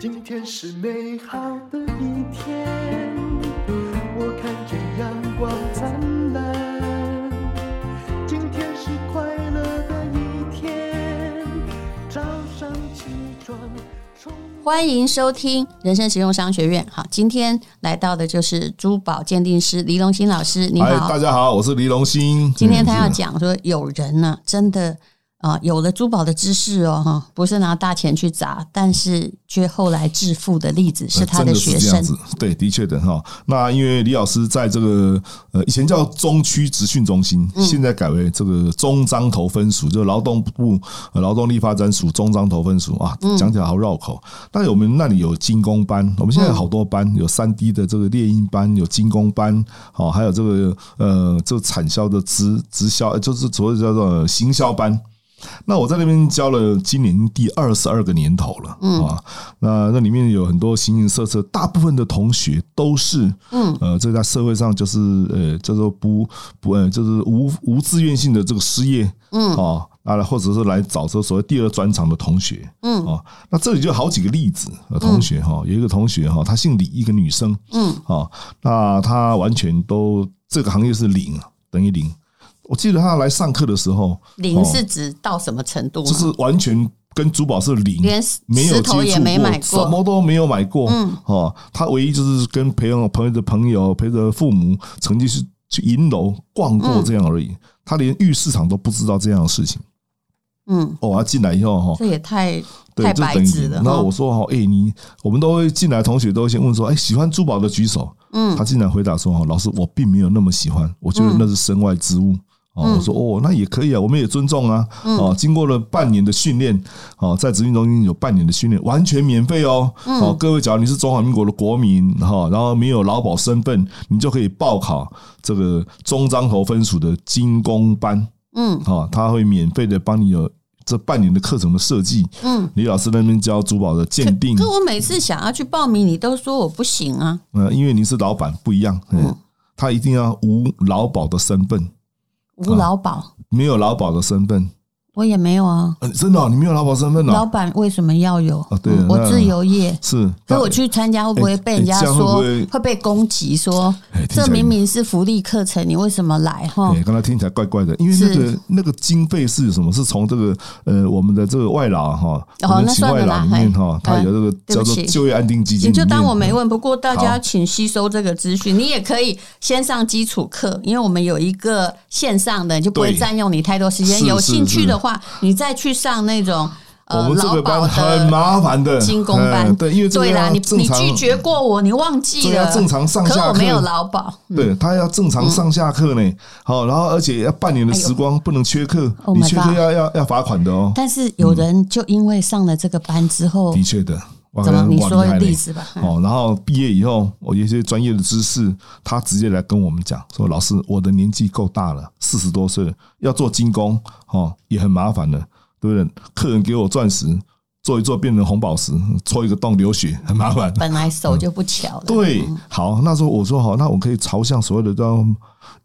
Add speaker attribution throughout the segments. Speaker 1: 今天是美好的一天，我看见阳光灿烂。今天是快乐的一天，早上起床充
Speaker 2: 欢迎收听人生实用商学院。好，今天来到的就是珠宝鉴定师黎龙兴老师，你
Speaker 3: 嗨，
Speaker 2: 好。
Speaker 3: 大家好，我是黎龙兴。
Speaker 2: 今天他要
Speaker 3: 嗯
Speaker 2: 讲说，有人呢、真的啊、有了珠宝的知识哦，哈，不是拿大钱去砸，但是却后来致富的例子是他
Speaker 3: 哎真的
Speaker 2: 学
Speaker 3: 是这
Speaker 2: 生
Speaker 3: 样。子，对，的确的哈。那因为李老师在这个呃以前叫中区职训中心，
Speaker 2: 嗯
Speaker 3: 现在改为这个中彰投分署，就是劳动部呃劳动力发展署中彰投分署啊，
Speaker 2: 嗯
Speaker 3: 讲起来好绕口。但是我们那里有精工班，我们
Speaker 2: 嗯
Speaker 3: 现在有好多班，有三 D 的这个猎鹰班，有精工班，哦，还有这个呃这个产销的直直销，呃就是所谓叫做行销班。那我在那边教了今年第二十二个年头了，
Speaker 2: 嗯
Speaker 3: 啊，那那里面有很多形形色色，大部分的同学都是，嗯，呃，这在社会上就是呃叫做不不呃就是无无自愿性的这个失业，嗯，啊。啊，或者是来找这所谓第二专长的同学，嗯，啊，那这里就有好几个例子，呃同学哈、有一个同学哈、她姓李，一个女生，嗯，啊，那她完全都这个行业是零，啊等于零。我记得她来上课的时候，
Speaker 2: 零
Speaker 3: 哦
Speaker 2: 是指到什么程度吗？
Speaker 3: 就是完全跟珠宝哦是零，
Speaker 2: 连石
Speaker 3: 没有
Speaker 2: 石
Speaker 3: 接
Speaker 2: 头
Speaker 3: 触
Speaker 2: 也没买过
Speaker 3: 什么都没有买过。嗯，哦，他唯一就是跟朋友、朋友的朋友陪着父母，曾经是去银楼逛过这样而已。他连玉市场都不知道这样的事情。
Speaker 2: 嗯，
Speaker 3: 哦，他进来以后哈，
Speaker 2: 这也太
Speaker 3: 对，
Speaker 2: 太
Speaker 3: 就
Speaker 2: 白
Speaker 3: 等于
Speaker 2: 纸了。
Speaker 3: 那
Speaker 2: 哈
Speaker 3: 我说哈，哎、你我们都会进来，同学都会先问说，哎、喜欢珠宝的举手。嗯，他竟然回答说，哈，老师，我并没有那么喜欢，我
Speaker 2: 嗯
Speaker 3: 觉得那是身外之物。哦，我说哦，那也可以啊，我们也尊重啊。
Speaker 2: 嗯
Speaker 3: 哦，经过了半年的训练，哦，在职训中心有半年的训练，完全免费哦。
Speaker 2: 嗯
Speaker 3: 哦，各位，假如你是中华民国的国民哈，然后没有劳保身份，你就可以报考这个中彰头分署的精工班。
Speaker 2: 嗯，
Speaker 3: 哦，他会免费的帮你有这半年的课程的设计。
Speaker 2: 嗯，
Speaker 3: 李老师那边教珠宝的鉴定
Speaker 2: 可，我每次想要去报名，你都说我不行啊。
Speaker 3: 呃，因为您是老板不一样，嗯，他一定要无劳保的身份，
Speaker 2: 无劳保，
Speaker 3: 没有劳保的身份，
Speaker 2: 我也没有啊。
Speaker 3: 呃、真的哦、你没有劳保身份
Speaker 2: 老
Speaker 3: 哦，
Speaker 2: 板为什么要有？
Speaker 3: 啊对啊
Speaker 2: 嗯我
Speaker 3: 那
Speaker 2: 自由业。
Speaker 3: 是，
Speaker 2: 可
Speaker 3: 那
Speaker 2: 我去参加会不会被人家
Speaker 3: 哎哎这样
Speaker 2: 说
Speaker 3: 会不会
Speaker 2: 被攻击说
Speaker 3: 哎听起
Speaker 2: 这
Speaker 3: 来哎
Speaker 2: 明明是福利课程，你为什么来哈
Speaker 3: 对，？刚才听起来怪怪的，因为那
Speaker 2: 哦是
Speaker 3: 个那个经费是什么？是从这个呃我们的这个外劳哈，
Speaker 2: 哦
Speaker 3: 我们
Speaker 2: 那
Speaker 3: 请
Speaker 2: 算了
Speaker 3: 外
Speaker 2: 啦
Speaker 3: 劳里面
Speaker 2: 嘿
Speaker 3: 哈，它有这个
Speaker 2: 对
Speaker 3: 叫
Speaker 2: 不
Speaker 3: 做
Speaker 2: 起
Speaker 3: 就业安定基金
Speaker 2: 你
Speaker 3: 里面，
Speaker 2: 就当我没问。不过大家
Speaker 3: 啊好
Speaker 2: 请吸收这个资讯，你也可以先上基础课，因为我们有一个线上的，就不会
Speaker 3: 对
Speaker 2: 占用你太多时间。
Speaker 3: 是
Speaker 2: 有
Speaker 3: 是
Speaker 2: 兴趣
Speaker 3: 是
Speaker 2: 的话，你再去上那种
Speaker 3: 我
Speaker 2: 呃
Speaker 3: 们这
Speaker 2: 劳
Speaker 3: 个
Speaker 2: 保
Speaker 3: 班很
Speaker 2: 的。
Speaker 3: 麻烦的，
Speaker 2: 精工
Speaker 3: 哎
Speaker 2: 班，
Speaker 3: 对，因为这个
Speaker 2: 对啦，
Speaker 3: 要
Speaker 2: 你
Speaker 3: 正
Speaker 2: 你
Speaker 3: 常
Speaker 2: 拒绝过我，你忘记
Speaker 3: 这个
Speaker 2: 了，
Speaker 3: 要正常上
Speaker 2: 可
Speaker 3: 下
Speaker 2: 我没
Speaker 3: 课
Speaker 2: 有劳保，
Speaker 3: 嗯对他要正常上下课呢，好，然后而且要半年的时光不能缺课，
Speaker 2: 嗯 Oh
Speaker 3: 你
Speaker 2: my
Speaker 3: 缺课
Speaker 2: God
Speaker 3: 要要要罚款的哦。
Speaker 2: 但是有人就因为上了这个班之后
Speaker 3: 的，确的，哇
Speaker 2: 怎么你说
Speaker 3: 哇厉害嘞
Speaker 2: 例子吧
Speaker 3: 哦，然后毕业以后，我有一些专业的知识，他直接来跟我们讲说：“老师，我的年纪够大了，四十多岁了，要做精工哦，也很麻烦的，对不对？客人给我钻石做一做变成红宝石，戳一个洞流血，很麻烦。”
Speaker 2: 本来手就不巧了，
Speaker 3: 嗯对，好，那时候我说好，那我可以朝向所谓的叫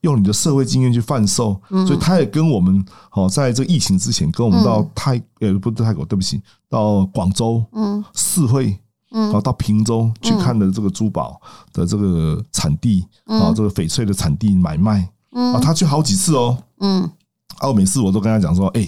Speaker 3: 用你的社会经验去贩售，所以他也跟我们哦，在这个疫情之前，跟我们到泰呃不是泰国，对不起，到广州，嗯，四会。然后到平洲去看了这个珠宝的这个产地，啊，这个翡翠的产地买卖，啊，他去好几次哦，
Speaker 2: 嗯
Speaker 3: 啊，我每次我都跟他讲说，哎，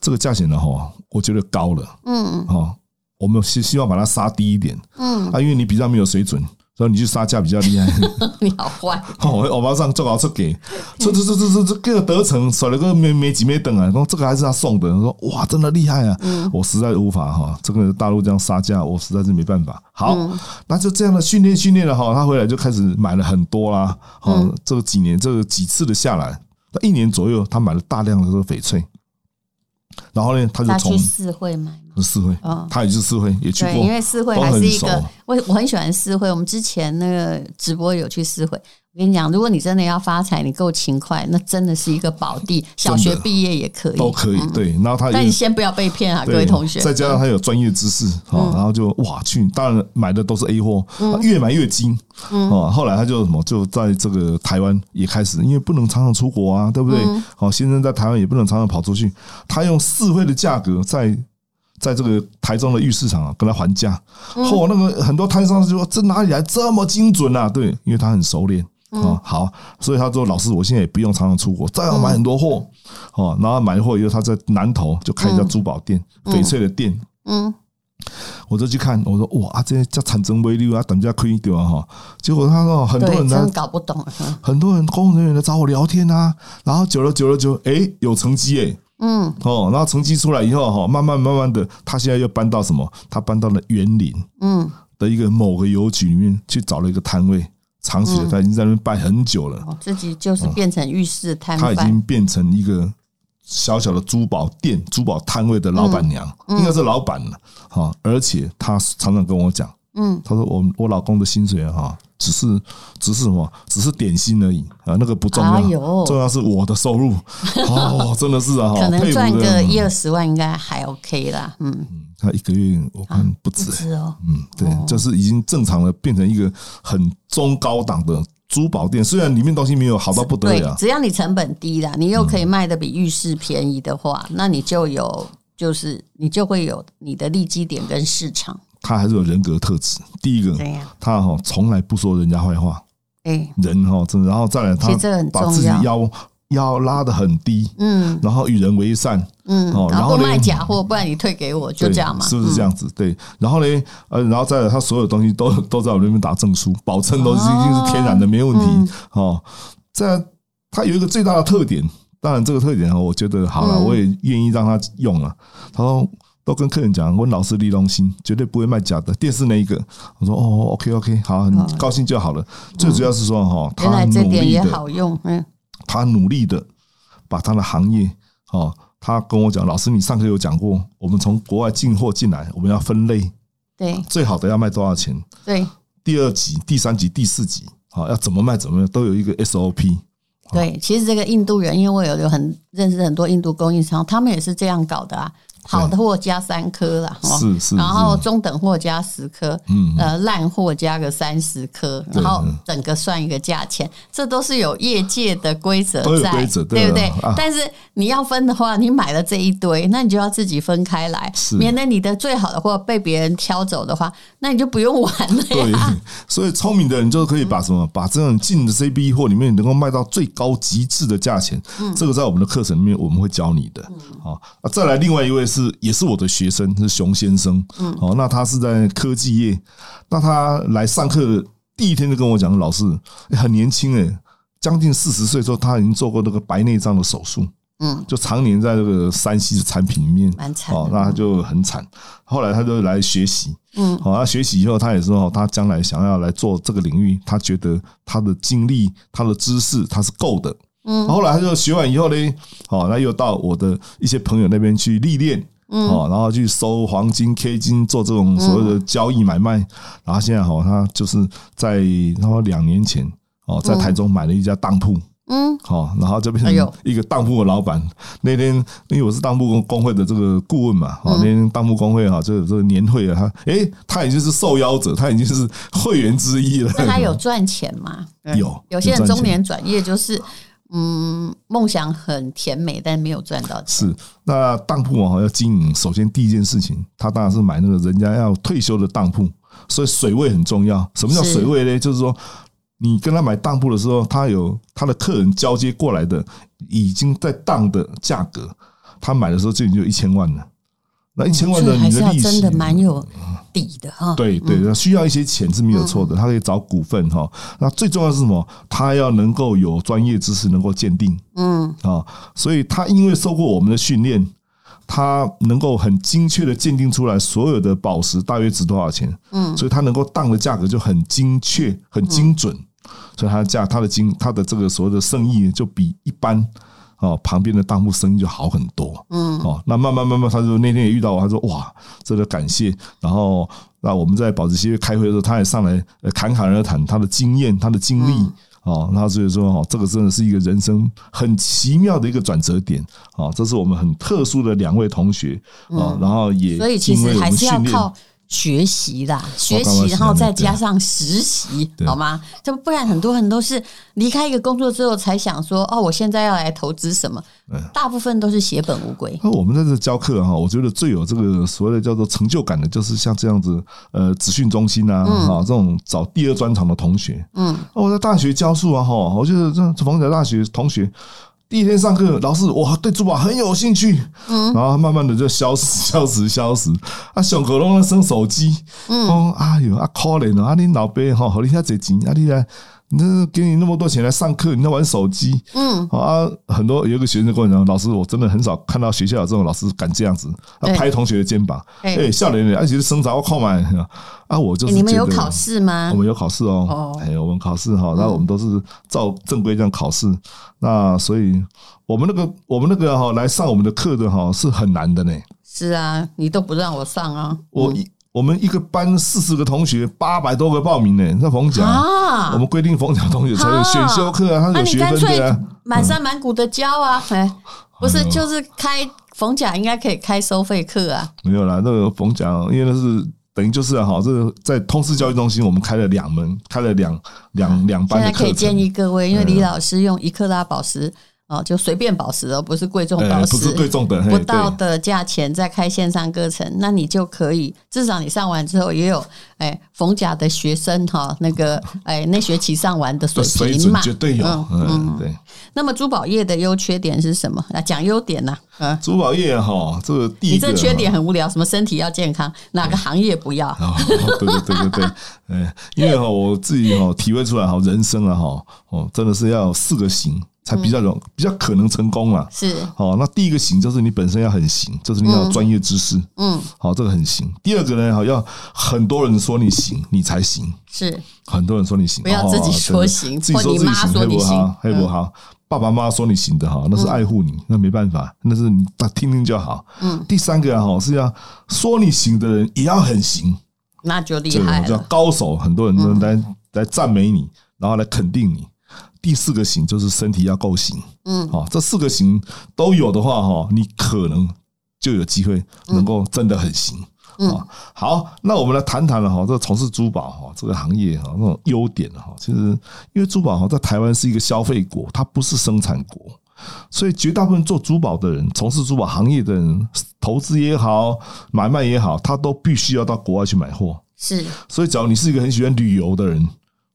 Speaker 3: 这个价钱呢，哈，我觉得高了，
Speaker 2: 嗯
Speaker 3: 哦，我们希希望把它杀低一点，
Speaker 2: 嗯，
Speaker 3: 啊，因为你比较没有水准，所以你去杀价比较厉害。
Speaker 2: 你好坏，
Speaker 3: 哦我我马上做搞出给，这这这这这这个得逞，甩了个没没几没等啊，然后这个还是他送的，我说哇，真的厉害啊，
Speaker 2: 嗯
Speaker 3: 我实在无法哈，这个大陆这样杀价，我实在是没办法。好，
Speaker 2: 嗯
Speaker 3: 那就这样的训练训练了哈，他回来就开始买了很多啦，
Speaker 2: 嗯
Speaker 3: 哦，这个几年这个几次的下来，那一年左右，他买了大量的这个翡翠，然后呢，他就
Speaker 2: 他去
Speaker 3: 从
Speaker 2: 四会买吗？
Speaker 3: 四会
Speaker 2: 嗯，
Speaker 3: 他也是四会也去
Speaker 2: 对，
Speaker 3: 过，
Speaker 2: 因为四会
Speaker 3: 都
Speaker 2: 还
Speaker 3: 很
Speaker 2: 是一
Speaker 3: 熟啊
Speaker 2: 个，我我很喜欢四会。我们之前那个直播有去四会，我跟你讲，如果你真的要发财，你够勤快，那真的是一个宝 地，小学毕业也可以。
Speaker 3: 都可以。对，然后他
Speaker 2: 嗯但
Speaker 3: 也
Speaker 2: 你先不要被骗啊，各
Speaker 3: 对，
Speaker 2: 位同学。嗯
Speaker 3: 再加上他有专业知识啊，然后就哇去，当然买的都是 A 货，啊越买越精
Speaker 2: 嗯
Speaker 3: 哦。后来他就什么，就在这个台湾也开始，因为不能常常出国
Speaker 2: 嗯
Speaker 3: 啊，对不对？好，先生在台湾也不能常常跑出去，他用四倍的价格在在这个台中的玉市场啊跟他还价，
Speaker 2: 嗯
Speaker 3: 后那个很多摊商就说这哪里来这么精准啊？对，因为他很熟练。
Speaker 2: 嗯
Speaker 3: 哦，好，所以他说：“老师，我现在也不用常常出国，再要买很多货哦。”然后买货以后，他在南头就开一家珠宝店，翡翠的店，
Speaker 2: 嗯，
Speaker 3: 我就去看，我说哇，啊、这叫产生威力啊，等价亏掉啊哈。结果他说很多
Speaker 2: 对，
Speaker 3: 人
Speaker 2: 真
Speaker 3: 呢，
Speaker 2: 搞不懂，嗯
Speaker 3: 很多人工作人员来找我聊天啊，然后久了久了久了，哎，有成绩哎、
Speaker 2: 嗯
Speaker 3: 哦，然后成绩出来以后哈，慢慢慢慢的，他现在又搬到什么？他搬到了园林
Speaker 2: 嗯，
Speaker 3: 的一个某个邮局里面去找了一个摊位，长期的
Speaker 2: 嗯
Speaker 3: 他已经在那边摆很久了，
Speaker 2: 我自己就是变成浴室摊
Speaker 3: 嗯他已
Speaker 2: 贩，
Speaker 3: 经变成一个小小的珠宝店、珠宝摊位的老板娘，
Speaker 2: 嗯
Speaker 3: 应该是老板了哈。而且他常常跟我讲，
Speaker 2: 嗯，
Speaker 3: 他说我我老公的薪水啊哈，只是只是什么，只是点心而已啊，那个不重要，
Speaker 2: 哎呦
Speaker 3: 重要是我的收 入哦，真的是啊，哈
Speaker 2: 可能
Speaker 3: 佩服
Speaker 2: 赚
Speaker 3: 的
Speaker 2: 个一二十万应该还 OK 啦，嗯，
Speaker 3: 他一个月我看不止、
Speaker 2: 是哦，
Speaker 3: 嗯，对，就是已经正常的变成一个很中高档的珠宝店，虽然里面东西没有好到不得
Speaker 2: 对
Speaker 3: 了，，
Speaker 2: 只要你成本低啦，你又可以卖的比浴室便宜的话，
Speaker 3: 嗯
Speaker 2: 那你就有。就是你就会有你的利基点跟市场
Speaker 3: 他还是有人格特质。第一个，
Speaker 2: 这样，
Speaker 3: 他哈从来不说人家坏话，
Speaker 2: 哎、
Speaker 3: 人哈真的，然后再来他
Speaker 2: 其实这个很重要
Speaker 3: 把自己腰腰拉得很低，
Speaker 2: 嗯
Speaker 3: 然后与人为善，
Speaker 2: 嗯，
Speaker 3: 哦
Speaker 2: 然
Speaker 3: 然
Speaker 2: 后
Speaker 3: 后
Speaker 2: 不
Speaker 3: 嘞
Speaker 2: 卖假货，不然你退给我，就
Speaker 3: 对
Speaker 2: 这样嘛，
Speaker 3: 是不
Speaker 2: 嗯
Speaker 3: 是这样子？对，然后呢，呃，然后再来他所有东西都都在我那边打证书，保证都是
Speaker 2: 哦
Speaker 3: 一定是天然的，没问
Speaker 2: 嗯
Speaker 3: 题哦。在他有一个最大的特点，当然这个特点哦我觉得好了，
Speaker 2: 嗯
Speaker 3: 我也愿意让他用了。他说。都跟客人讲，我老是利东心，绝对不会卖假的。电视那一个，我说哦，OK OK，好，很高兴就好了。最主要是说哈，
Speaker 2: 嗯原
Speaker 3: 他
Speaker 2: 来这
Speaker 3: 努
Speaker 2: 点
Speaker 3: 力
Speaker 2: 也
Speaker 3: 的，
Speaker 2: 好用，嗯
Speaker 3: 他努力的把他的行业哦，他跟我讲，老师你上课有讲过，我们从国外进货进来，我们要分类，，
Speaker 2: 对
Speaker 3: 最好的要卖多少钱，
Speaker 2: 对
Speaker 3: 第二级、第三级、第四级，好、要怎么卖怎么卖都有一个 SOP。
Speaker 2: 对，其实这个印度人，因为我有有很认识很多印度供应商，他们也是这样搞的啊，好的货加三颗啦，哦
Speaker 3: 是是
Speaker 2: 然后
Speaker 3: 是
Speaker 2: 中等货加十颗，
Speaker 3: 嗯
Speaker 2: 呃，烂货加个三十颗，然
Speaker 3: 对
Speaker 2: 后
Speaker 3: 嗯
Speaker 2: 整个算一个价钱，这都是有业界的规则
Speaker 3: 都有
Speaker 2: 在，
Speaker 3: 规则
Speaker 2: 对
Speaker 3: 对
Speaker 2: 不对
Speaker 3: 啊啊？
Speaker 2: 但是你要分的话，你买了这一堆，那你就要自己分开来，
Speaker 3: 是
Speaker 2: 免得你的最好的货被别人挑走的话，那你就不用玩了
Speaker 3: 对
Speaker 2: 呀。，
Speaker 3: 所以聪明的人就可以把什么，把这种进的 CB 货里面能够卖到最高极致的价钱，这个在我们的课程里面我们会教你的。好，啊再来另外一位是也是我的学生，是熊先生。哦，那他是在科技业，那他来上课第一天就跟我讲，老师欸很年轻诶，将近四十岁之后，他已经做过那个白内障的手术。
Speaker 2: 嗯，
Speaker 3: 就常年在这个山西的产品里面，
Speaker 2: 蛮惨的
Speaker 3: 哦，那他就很惨。后来他就来学习，
Speaker 2: 嗯
Speaker 3: 好、他学习以后，他也说，哦他将来想要来做这个领域，他觉得他的经历、他的知识他是够的，
Speaker 2: 嗯
Speaker 3: 后来他就学完以后呢，哦，那又到我的一些朋友那边去历练。
Speaker 2: 嗯
Speaker 3: 哦，然后去收黄金、K 金，做这种所谓的交易买卖。然后现在哦，他就是在他说两年前哦，在台中买了一家当铺，
Speaker 2: 嗯，
Speaker 3: 好，然后就变
Speaker 2: 哎呦
Speaker 3: 成一个当铺的老板。那天因为我是当铺工工会的这个顾问嘛，
Speaker 2: 嗯
Speaker 3: 哦，那天当铺工会哈，就有这个年会啊，他诶，他已经是受邀者，他已经是会员之一了。
Speaker 2: 那他有赚钱吗？
Speaker 3: 有
Speaker 2: 有些人
Speaker 3: 有赚钱
Speaker 2: 中年转业就是，嗯，梦想很甜美，但没有赚到钱。
Speaker 3: 是那当铺啊，要经营，首先第一件事情，他当然是买那个人家要退休的当铺，所以水位很重要。什么叫
Speaker 2: 是
Speaker 3: 水位呢？就是说。你跟他买当铺的时候，他有他的客人交接过来的，已经在当的价格，他买的时候就已经有一千万了。那哎一千万
Speaker 2: 所
Speaker 3: 的
Speaker 2: 以还
Speaker 3: 你
Speaker 2: 是要
Speaker 3: 利息，
Speaker 2: 真的蛮有底的哈。
Speaker 3: 对对，那需要一些钱是没有错的，他可以找股份哈。那最重要的是什么？他要能够有专业知识，能够鉴定
Speaker 2: 嗯，
Speaker 3: 啊。所以他因为受过我们的训练，他能够很精确的鉴定出来所有的宝石大约值多少钱。嗯，所以他能够当的价格就很精确、很精准，所以他的价、他的精、他的这个所谓的生意就比一般。哦，旁边的当铺生意就好很多。嗯，哦，那慢慢慢慢，他说那天也遇到我，他说哇，真的感谢。然后，那我们在保值协会开会的时候，他也上来呃侃侃而谈他的经验、他的经历。
Speaker 2: 嗯
Speaker 3: 哦，那所以说哦，这个真的是一个人生很奇妙的一个转折点哦，这是我们很特殊的两位同学哦，然后也
Speaker 2: 嗯所以其
Speaker 3: 因为
Speaker 2: 实
Speaker 3: 我
Speaker 2: 还
Speaker 3: 们
Speaker 2: 是要
Speaker 3: 训练
Speaker 2: 靠学习啦，学
Speaker 3: 刚刚
Speaker 2: 习，然后
Speaker 3: 想的
Speaker 2: 再
Speaker 3: 对
Speaker 2: 加上实习，
Speaker 3: 对
Speaker 2: 好吗？这不然很多人都是离开一个工作之后才想说，哦，我现在要来投资什么？
Speaker 3: 嗯
Speaker 2: 大部分都是血本无归。
Speaker 3: 那我们在这教课哈，我觉得最有这个所谓的叫做成就感的，就是像这样子，呃，职训中心啊，哈、这种找第二专长的同学，
Speaker 2: 嗯，
Speaker 3: 我在大学教书啊，哈，我觉得这逢甲大学同学。第一天上课，老师哇对珠宝很有兴趣，嗯，然后慢慢的就消失、消失、消失。啊，上课拢在耍手机，嗯，哦，哎呦，啊可怜哦，啊你老爸吼，和你遐侪钱，啊你来，那给你那么多钱来上课，你在玩手机，
Speaker 2: 嗯，
Speaker 3: 啊，很多有一个学生跟我讲，老师，我真的很少看到学校有这种老师敢这样子，啊
Speaker 2: 对
Speaker 3: 拍同学的肩膀，
Speaker 2: 对
Speaker 3: 哎，笑脸脸，而且是生长我靠买啊，我就是
Speaker 2: 诶你们
Speaker 3: 觉
Speaker 2: 有
Speaker 3: 得
Speaker 2: 考试吗
Speaker 3: 我？们有考试哦
Speaker 2: 哦，
Speaker 3: 哎，我们考试哈，那我们都是照正规这样考试。那所以我们那个我们那个哈来上我们的课的哈是很难的呢。
Speaker 2: 是啊，你都不让我上啊！
Speaker 3: 我一我们一个班四十个同学，八百多个报名呢，在逢甲。
Speaker 2: 啊
Speaker 3: 我们规定逢甲同学才有选修课啊，他
Speaker 2: 那
Speaker 3: 有
Speaker 2: 你
Speaker 3: 学
Speaker 2: 干
Speaker 3: 分
Speaker 2: 脆
Speaker 3: 的啊。
Speaker 2: 满山满谷的教啊，哎，不
Speaker 3: 哎
Speaker 2: 是，
Speaker 3: 呦
Speaker 2: 就是开逢甲应该可以开收费课啊。
Speaker 3: 没有啦，那个逢甲，因为那是等于就是啊哈、这个在通
Speaker 2: 啊
Speaker 3: 识教育中心，我们开了两门，开了两两两
Speaker 2: 现
Speaker 3: 班的
Speaker 2: 在
Speaker 3: 课程。
Speaker 2: 可以建议各位，因为
Speaker 3: 对啊
Speaker 2: 李老师用一克拉宝石哦，就随便宝石哦，不是贵重
Speaker 3: 呃
Speaker 2: 宝
Speaker 3: 不是贵
Speaker 2: 石。
Speaker 3: 重的，嘿
Speaker 2: 不到
Speaker 3: 对
Speaker 2: 的价钱再开线上课程，那你就可以，至少你上完之后也有，哎，逢甲的学生哈，那个哎那学期上完的水
Speaker 3: 水
Speaker 2: 平
Speaker 3: 准
Speaker 2: 嘛，
Speaker 3: 绝对有，
Speaker 2: 嗯
Speaker 3: 嗯，对。
Speaker 2: 那么珠宝业的优缺点是什么？来讲优点呐、嗯、
Speaker 3: 珠宝业哈，这个第一
Speaker 2: 你
Speaker 3: 个哎
Speaker 2: 这缺
Speaker 3: 哈
Speaker 2: 点很无聊，什么身体要健康，哪个行业不要？
Speaker 3: 哦，对对对对对，哎，因为哈我自己哈体会出来哈，人生啊哈，哦，真的是要有四个行才比较容，
Speaker 2: 嗯
Speaker 3: 比较可能成功啦。
Speaker 2: 是，
Speaker 3: 哦，那第一个行就是你本身要很行，就是你要有专业知识，
Speaker 2: 嗯，
Speaker 3: 好、这个很行。第二个呢，好要很多人说你行，你才行。
Speaker 2: 是，
Speaker 3: 很多人说你行，
Speaker 2: 不要自己说行
Speaker 3: 哦真的
Speaker 2: 或你
Speaker 3: 自己
Speaker 2: 妈
Speaker 3: 说自己
Speaker 2: 说
Speaker 3: 行，
Speaker 2: 你
Speaker 3: 黑不
Speaker 2: 行嗯
Speaker 3: 啊好，黑不好，爸爸妈妈说你行的哈，那是爱护你，那没办法，那是你听听就好。
Speaker 2: 嗯，
Speaker 3: 第三个啊哈是要说你行的人也要很行，
Speaker 2: 那就厉
Speaker 3: 这个
Speaker 2: 害
Speaker 3: 叫
Speaker 2: 了。嗯
Speaker 3: 高手，很多人都来、来赞美你，然后来肯定你。第四个行就是身体要够行，
Speaker 2: 嗯
Speaker 3: 好、这四个行都有的话，哈，你可能就有机会能够真的很行。
Speaker 2: 嗯
Speaker 3: 啊，好，那我们来谈谈了哦哈，这个从事珠宝哈这个行业哈那种优点哈，其实因为珠宝哈哦在台湾是一个消费国，它不是生产国，所以绝大部分做珠宝的人，从事珠宝行业的人，投资也好，买卖也好，他都必须要到国外去买货。
Speaker 2: 是，
Speaker 3: 所以，假如你是一个很喜欢旅游的人，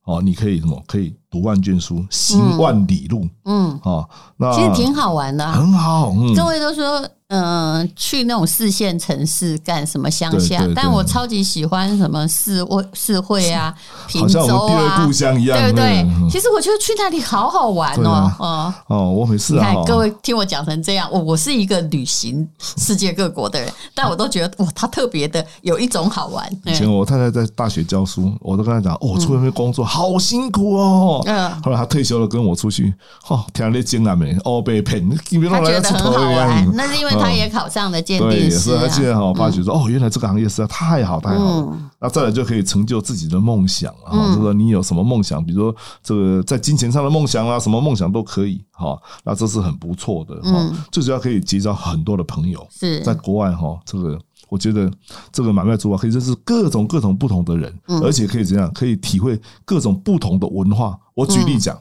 Speaker 3: 哦，你可以什么？可以读万卷书，行万里路
Speaker 2: 嗯，
Speaker 3: 哦。那
Speaker 2: 其实挺好玩的啊、
Speaker 3: 很好，嗯，
Speaker 2: 各位都说，嗯、去那种四线城市干什么乡下？
Speaker 3: 对对对
Speaker 2: 但我超级喜欢什么市会、市会啊、平
Speaker 3: 好像
Speaker 2: 州
Speaker 3: 我们第二
Speaker 2: 啊
Speaker 3: 故，乡一样，
Speaker 2: 对不对？
Speaker 3: 嗯
Speaker 2: 其实我觉得去那里好好玩
Speaker 3: 对
Speaker 2: 哦
Speaker 3: 啊，
Speaker 2: 哦。
Speaker 3: 哦，我每次
Speaker 2: 你
Speaker 3: 啊，
Speaker 2: 看
Speaker 3: 哦，
Speaker 2: 各位听我讲成这样，我我是一个旅行世界各国的人，但我都觉得哇，他特别的有一种好玩。嗯
Speaker 3: 以前我太太在大学教书，我都跟她讲，哦，出外面工作好辛苦哦。
Speaker 2: 嗯
Speaker 3: 后来她退休了，跟我出去，哦，天天艰难没，哦被骗，你基本
Speaker 2: 他
Speaker 3: 上
Speaker 2: 觉
Speaker 3: 来
Speaker 2: 得
Speaker 3: 出
Speaker 2: 很
Speaker 3: 头
Speaker 2: 好
Speaker 3: 一
Speaker 2: 玩
Speaker 3: 样，。
Speaker 2: 那是因为他也考上了鉴
Speaker 3: 嗯对，
Speaker 2: 定师
Speaker 3: 所以
Speaker 2: 啊
Speaker 3: 他。现在哈发觉说，哦，原来这个行业实在太好太好了。
Speaker 2: 嗯
Speaker 3: 那再来就可以成就自己的梦想啊，
Speaker 2: 嗯
Speaker 3: 就是说你有什么梦想，比如说这个在金钱上的梦想啦、什么梦想都可以哈。那这是很不错的哈
Speaker 2: 嗯，
Speaker 3: 最主要可以结交很多的朋友。
Speaker 2: 是
Speaker 3: 在国外哈，这个我觉得这个买卖珠宝可以认识各种各种不同的人，
Speaker 2: 嗯
Speaker 3: 而且可以怎样，可以体会各种不同的文化。我举例
Speaker 2: 嗯
Speaker 3: 讲，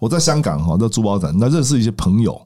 Speaker 3: 我在香港哈，在珠宝展，那认识一些朋友，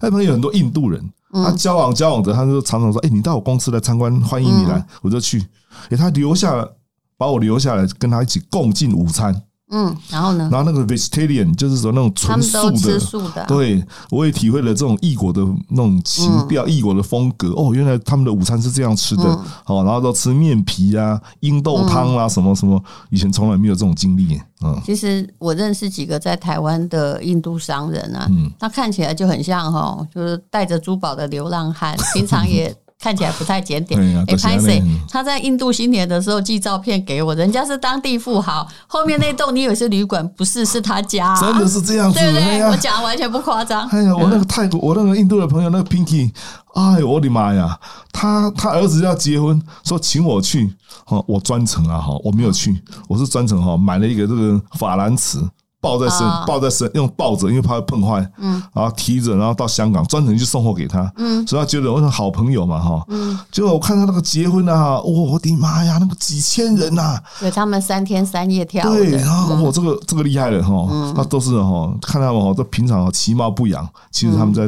Speaker 3: 那朋友很多印度人。
Speaker 2: 嗯
Speaker 3: 他交往交往着，他就常常说：“哎、你到我公司来参观，欢迎你
Speaker 2: 嗯
Speaker 3: 来。我就去，哎、他留下了，把我留下来，跟他一起共进午餐。
Speaker 2: 嗯，然后呢
Speaker 3: 然？后那个 vegetarian 就是说那种
Speaker 2: 他
Speaker 3: 纯
Speaker 2: 们
Speaker 3: 素
Speaker 2: 都吃
Speaker 3: 的，
Speaker 2: 素的啊，
Speaker 3: 对，我也体会了这种异国的那种情调、异国的风格。哦，原来他们的午餐是这样吃的，
Speaker 2: 嗯
Speaker 3: 哦，然后都吃面皮啊、鹰豆汤啊，什么什么，以前从来没有这种经历。嗯，
Speaker 2: 其实我认识几个在台湾的印度商人啊，
Speaker 3: 嗯
Speaker 2: 他看起来就很像哈，就是带着珠宝的流浪汉，平常 也看起来不太检点
Speaker 3: 对啊。
Speaker 2: 哎、
Speaker 3: 就是
Speaker 2: 拍
Speaker 3: 那
Speaker 2: 谁
Speaker 3: 样？
Speaker 2: 他在印度新年的时候寄照片给我，人家是当地富豪，后面那栋你以为是旅馆，不是，是他家、啊，
Speaker 3: 真的是这样子，
Speaker 2: 对不
Speaker 3: 哎
Speaker 2: 对？
Speaker 3: 呀
Speaker 2: 我讲得完全不夸 张。
Speaker 3: 哎呀，我那个泰国，我那个印度的朋友，那个 Pinky，哎呦，我的妈呀！他他儿子要结婚，说请我去，哦，我专程啊，哈，我没有去，我是专程哈、买了一个这个法兰瓷，抱在身
Speaker 2: 啊，
Speaker 3: 抱在身，用抱着，因为怕会碰坏，
Speaker 2: 嗯，
Speaker 3: 然后提着，然后到香港专程去送货给他，
Speaker 2: 嗯，
Speaker 3: 所以他觉得我是好朋友嘛，哈，
Speaker 2: 嗯，
Speaker 3: 结果我看他那个结婚啊，哇，我的妈呀，那个几千人啊呐、
Speaker 2: 对他们三天三夜跳舞
Speaker 3: 对，
Speaker 2: 的，
Speaker 3: 然后我这个这个厉害了哈，那都是哈，看他们哈，这平常哦其貌不扬，其实他们在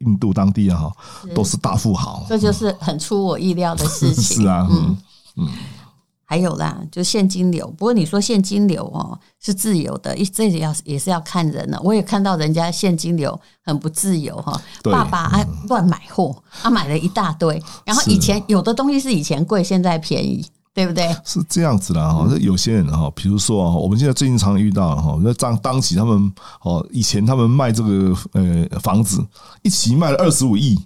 Speaker 3: 印度当地啊哈，都嗯是大富豪，
Speaker 2: 这就是很出我意料的事情。
Speaker 3: 是啊，嗯，
Speaker 2: 还有啦，就现金流。不过你说现金流哦是自由的，一这也要也是要看人的。我也看到人家现金流很不自由哈、
Speaker 3: 对嗯
Speaker 2: 爸爸爱乱买货，他、买了一大堆，然后以前有的东西是以前贵，现在便宜，对不对？
Speaker 3: 是这样子啦哈，那有些人哈，比如说啊，我们现在最近常遇到啊哈，那当当起他们哦，以前他们卖这个呃房子，一起卖了二十五亿，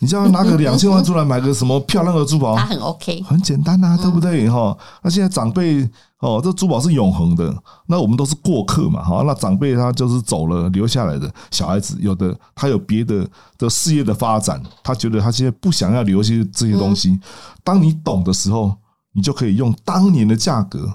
Speaker 3: 你叫他拿个两千万出来买个什么漂亮的珠宝
Speaker 2: 他，很 OK，
Speaker 3: 很简单呐、对不对哈？那现在长辈哦，这珠宝是永恒的，那我们都是过客嘛哈。那长辈他就是走了留下来的小孩子，有的他有别的的事业的发展，他觉得他现在不想要留些这些东西。当你懂的时候，你就可以用当年的价格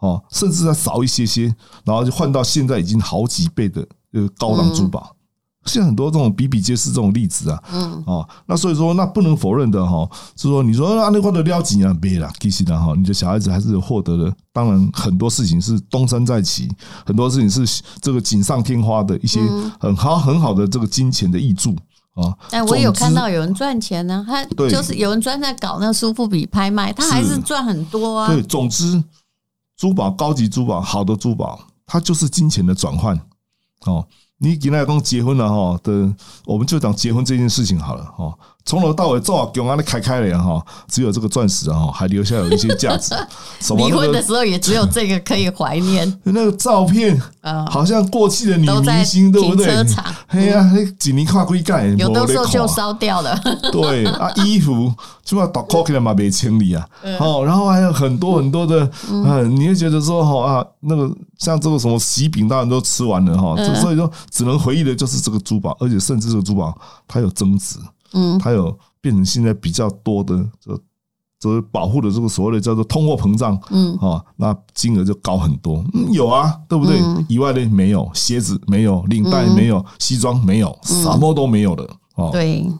Speaker 3: 哦，甚至再少一些些，然后就换到现在已经好几倍的呃高档珠宝。现在很多这种比比皆是这种例子啊，
Speaker 2: 嗯，
Speaker 3: 哦，那所以说，那不能否认的哈、是说你说啊，那块的料紧啊，别啦，其实的哈，你的小孩子还是有获得了，当然很多事情是东山再起，很多事情是这个锦上添花的一些
Speaker 2: 嗯
Speaker 3: 很好很好的这个金钱的益助啊。
Speaker 2: 但哎我有
Speaker 3: 总之
Speaker 2: 看到有人赚钱呢、他
Speaker 3: 对
Speaker 2: 就是有人专在搞那个苏富比拍卖，他还是
Speaker 3: 是
Speaker 2: 赚很多啊。
Speaker 3: 对，总之，珠宝高级珠宝，好的珠宝，它就是金钱的转换哦。你给那刚结婚了哈的，我们就讲结婚这件事情好了哈。从头到尾，做好给我那开开了哈，只有这个钻石啊，还留下有一些价值。什么
Speaker 2: 离
Speaker 3: 那
Speaker 2: 婚的
Speaker 3: 个
Speaker 2: 时候也只有这个可以怀 念
Speaker 3: 那个照片，
Speaker 2: 啊、
Speaker 3: 好像过气的女
Speaker 2: 都在
Speaker 3: 明星，对
Speaker 2: 停
Speaker 3: 不对
Speaker 2: 车？ 场，
Speaker 3: 嘿呀，那几年跨龟盖，
Speaker 2: 有
Speaker 3: 没
Speaker 2: 的
Speaker 3: 在
Speaker 2: 时候
Speaker 3: 看啊
Speaker 2: 就烧掉了。
Speaker 3: 对啊，衣服起码打 cocky 嘛，没清理啊。
Speaker 2: 嗯
Speaker 3: 哦，然后还有很多很多的，啊，你会觉得说，哈啊，那个像这个什么喜饼，当然都吃完了
Speaker 2: 嗯
Speaker 3: 哈，就所以说只能回忆的就是这个珠宝，而且甚至这个珠宝它有增值，
Speaker 2: 嗯，
Speaker 3: 它有变成现在比较多的这这保护的这个所谓的叫做通货膨胀，
Speaker 2: 嗯，
Speaker 3: 哦，那金额就高很多。嗯，有啊，对不对？
Speaker 2: 嗯
Speaker 3: 以外的没有，鞋子没有，领带没有，西装没有，什么都没有了。哦，
Speaker 2: 嗯对，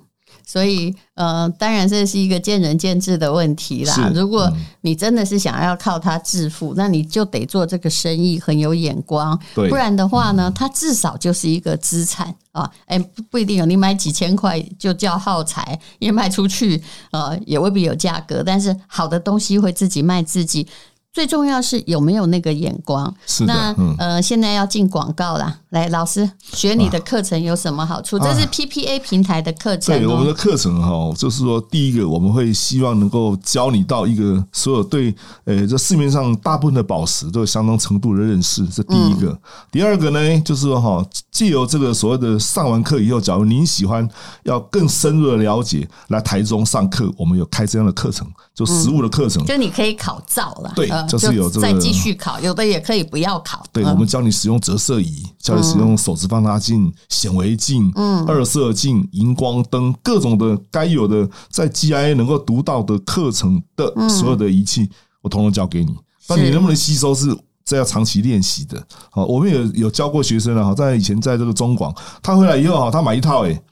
Speaker 2: 所以呃，当然这是一个见仁见智的问题啦
Speaker 3: 是。嗯
Speaker 2: 如果你真的是想要靠它致富，那你就得做这个生意很有眼光，
Speaker 3: 对嗯
Speaker 2: 不然的话呢，它至少就是一个资产啊。哎，不不一定有，你买几千块就叫耗材，也卖出去，呃，也未必有价格。但是好的东西会自己卖自己。最重要是有没有那个眼光。
Speaker 3: 是
Speaker 2: 那
Speaker 3: 的，嗯。
Speaker 2: 呃，现在要进广告啦。来，老师学你的课程有什么好处？这是 PPA 平台的课程
Speaker 3: 啊对我们
Speaker 2: 哦。
Speaker 3: 的课程哈，就是说，第一个我们会希望能够教你到一个所有对呃这市面上大部分的宝石都有相当程度的认识，这第一个。第二个呢，就是说哈，借由这个所谓的上完课以后，假如您喜欢要更深入的了解，来台中上课，我们有开这样的课程，就实物的课程。
Speaker 2: 就你可以考照了，
Speaker 3: 对
Speaker 2: 呃
Speaker 3: 就是有这个
Speaker 2: 再继续考，有的也可以不要考。
Speaker 3: 对，
Speaker 2: 嗯
Speaker 3: 我们教你使用折射仪，教你使用手持放大镜、显微镜、二色镜、荧光灯，各种的该有的在 GIA 能够读到的课程的所有的仪器，我统统教给你。但你能不能吸收是？这要长期练习的，好，我们有有教过学生啊，在以前在这个中广，他回来以后啊，他买一套、欸，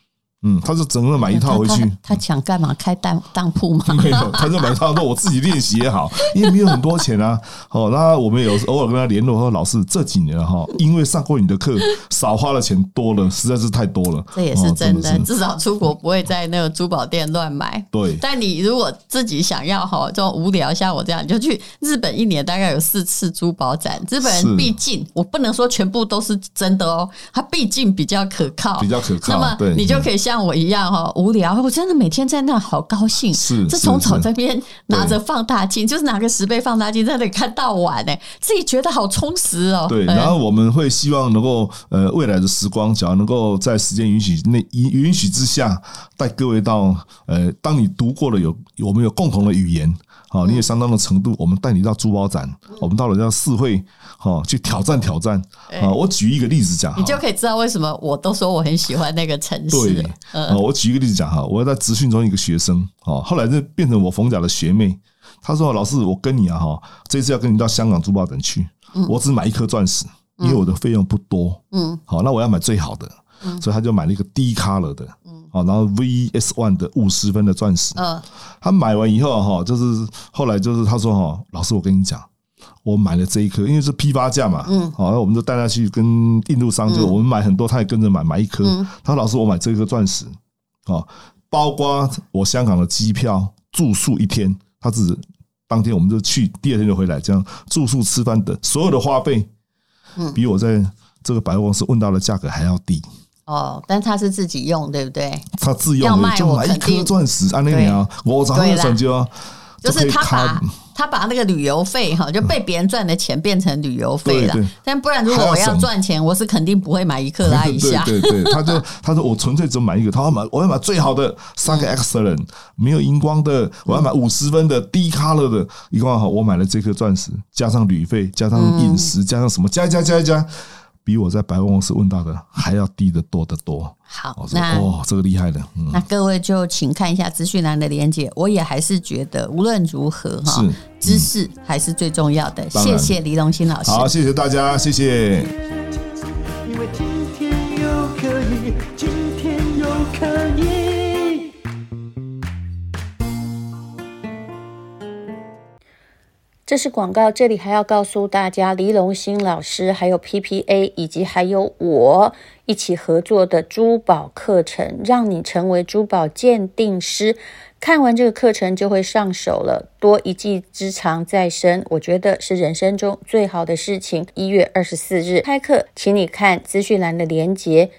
Speaker 3: 嗯，他就整个买一套回去，嗯
Speaker 2: 他他想干嘛？开当当铺吗？
Speaker 3: 没有，他就买套说我自己练习也好，因为没有很多钱啊。哦，那我们有时偶尔跟他联络说，老师这几年啊哈、因为上过你的课，少花的钱多了，实在是太多了。
Speaker 2: 这也是
Speaker 3: 哦
Speaker 2: 真的，
Speaker 3: 是
Speaker 2: 至少出国不会在那个珠宝店乱买。
Speaker 3: 对
Speaker 2: 但你如果自己想要哈，这种无聊像我这样，你就去日本一年大概有四次珠宝展。日本
Speaker 3: 是
Speaker 2: 人毕竟我不能说全部都是真的哦，它毕竟比较可靠，
Speaker 3: 比较可靠
Speaker 2: 那么
Speaker 3: 对嗯
Speaker 2: 你就可以像我一样哈，无聊，我真的每天在那好高兴。
Speaker 3: 嗯是
Speaker 2: 这
Speaker 3: 是
Speaker 2: 虫草
Speaker 3: 是
Speaker 2: 这边拿着放大镜，就是拿个十倍放大镜在那里看到晚呢，自己觉得好充实哦。
Speaker 3: 对，
Speaker 2: 嗯
Speaker 3: 然后我们会希望能够，呃，未来的时光，只要能够在时间允许内允允许之下，带各位到，呃，当你读过了有我们有共同的语言，好、
Speaker 2: 嗯
Speaker 3: 你也相当的程度，我们带你到珠宝展，我们到了叫四会，好、去挑战挑战。啊、我举一个例子讲好了，
Speaker 2: 你就可以知道为什么我都说我很喜欢那个城市
Speaker 3: 对。，呃，我举一个例子讲哈，我在职训中一个学生，哦，后来就变成我冯甲的学妹，她说：“老师，我跟你啊哈，这次要跟你到香港珠宝展去，我只买一颗钻石，因为我的费用不多，
Speaker 2: 嗯，
Speaker 3: 好，那我要买最好的，所以他就买了一个低 color 的，
Speaker 2: 嗯
Speaker 3: 好，然后 VS one 的五十分的钻石，
Speaker 2: 呃，
Speaker 3: 他买完以后哈，就是后来就是他说哈，老师我跟你讲。我买了这一颗，因为是批发价嘛，嗯，好，那我们就带他去跟印度商，
Speaker 2: 嗯
Speaker 3: 就我们买很多，他也跟着买，买一颗。他说：“老师，我买这颗钻石，哦，包括我香港的机票、住宿一天，他只当天我们就去，第二天就回来，这样住宿、吃饭的所有的花费，
Speaker 2: 嗯
Speaker 3: 比我在这个百货公司问到的价格还要低。
Speaker 2: 哦，但他是自己用，对不对？
Speaker 3: 他自
Speaker 2: 要
Speaker 3: 用
Speaker 2: 卖
Speaker 3: 的就
Speaker 2: 我
Speaker 3: 买一
Speaker 2: 肯
Speaker 3: 颗
Speaker 2: 定
Speaker 3: 钻石，按那个啊，我早上
Speaker 2: 对啦
Speaker 3: 成就啊，
Speaker 2: 就是
Speaker 3: 可以
Speaker 2: 他把
Speaker 3: 卡
Speaker 2: 他把那个旅游费哈，就被别人赚的钱变成旅游费了
Speaker 3: 对对。
Speaker 2: 但不然，如果我
Speaker 3: 还要
Speaker 2: 要
Speaker 3: 省
Speaker 2: 赚钱，我是肯定不会买一克拉以下。
Speaker 3: 对对对，他就他说我纯粹只买一个，他要买我要买最好的三个 excellent，没有荧光的，我要买
Speaker 2: 嗯
Speaker 3: 五十分的低 color 的，一共好我买了这颗钻石，加上旅费，加上
Speaker 2: 嗯
Speaker 3: 饮食，加上什么，加一加加一加，比我在百货公司问到的还要低得多得多。
Speaker 2: 好
Speaker 3: 我，说
Speaker 2: 那
Speaker 3: 哦，这个厉害的，嗯，
Speaker 2: 那各位就请看一下资讯栏的连接。我也还是觉得，无论如何哈
Speaker 3: 是，嗯
Speaker 2: 知识还是最重要的。
Speaker 3: 当
Speaker 2: 谢
Speaker 3: 然
Speaker 2: 谢黎龙新老师。
Speaker 3: 好，谢谢大家，谢谢。
Speaker 1: 因为今天又可以，今天又可以。
Speaker 4: 这是广告，这里还要告诉大家，黎龙兴老师还有 PPA 以及还有我一起合作的珠宝课程，让你成为珠宝鉴定师。看完这个课程就会上手了，多一技之长在身，我觉得是人生中最好的事情。一月二十四日开课，请你看资讯栏的连结。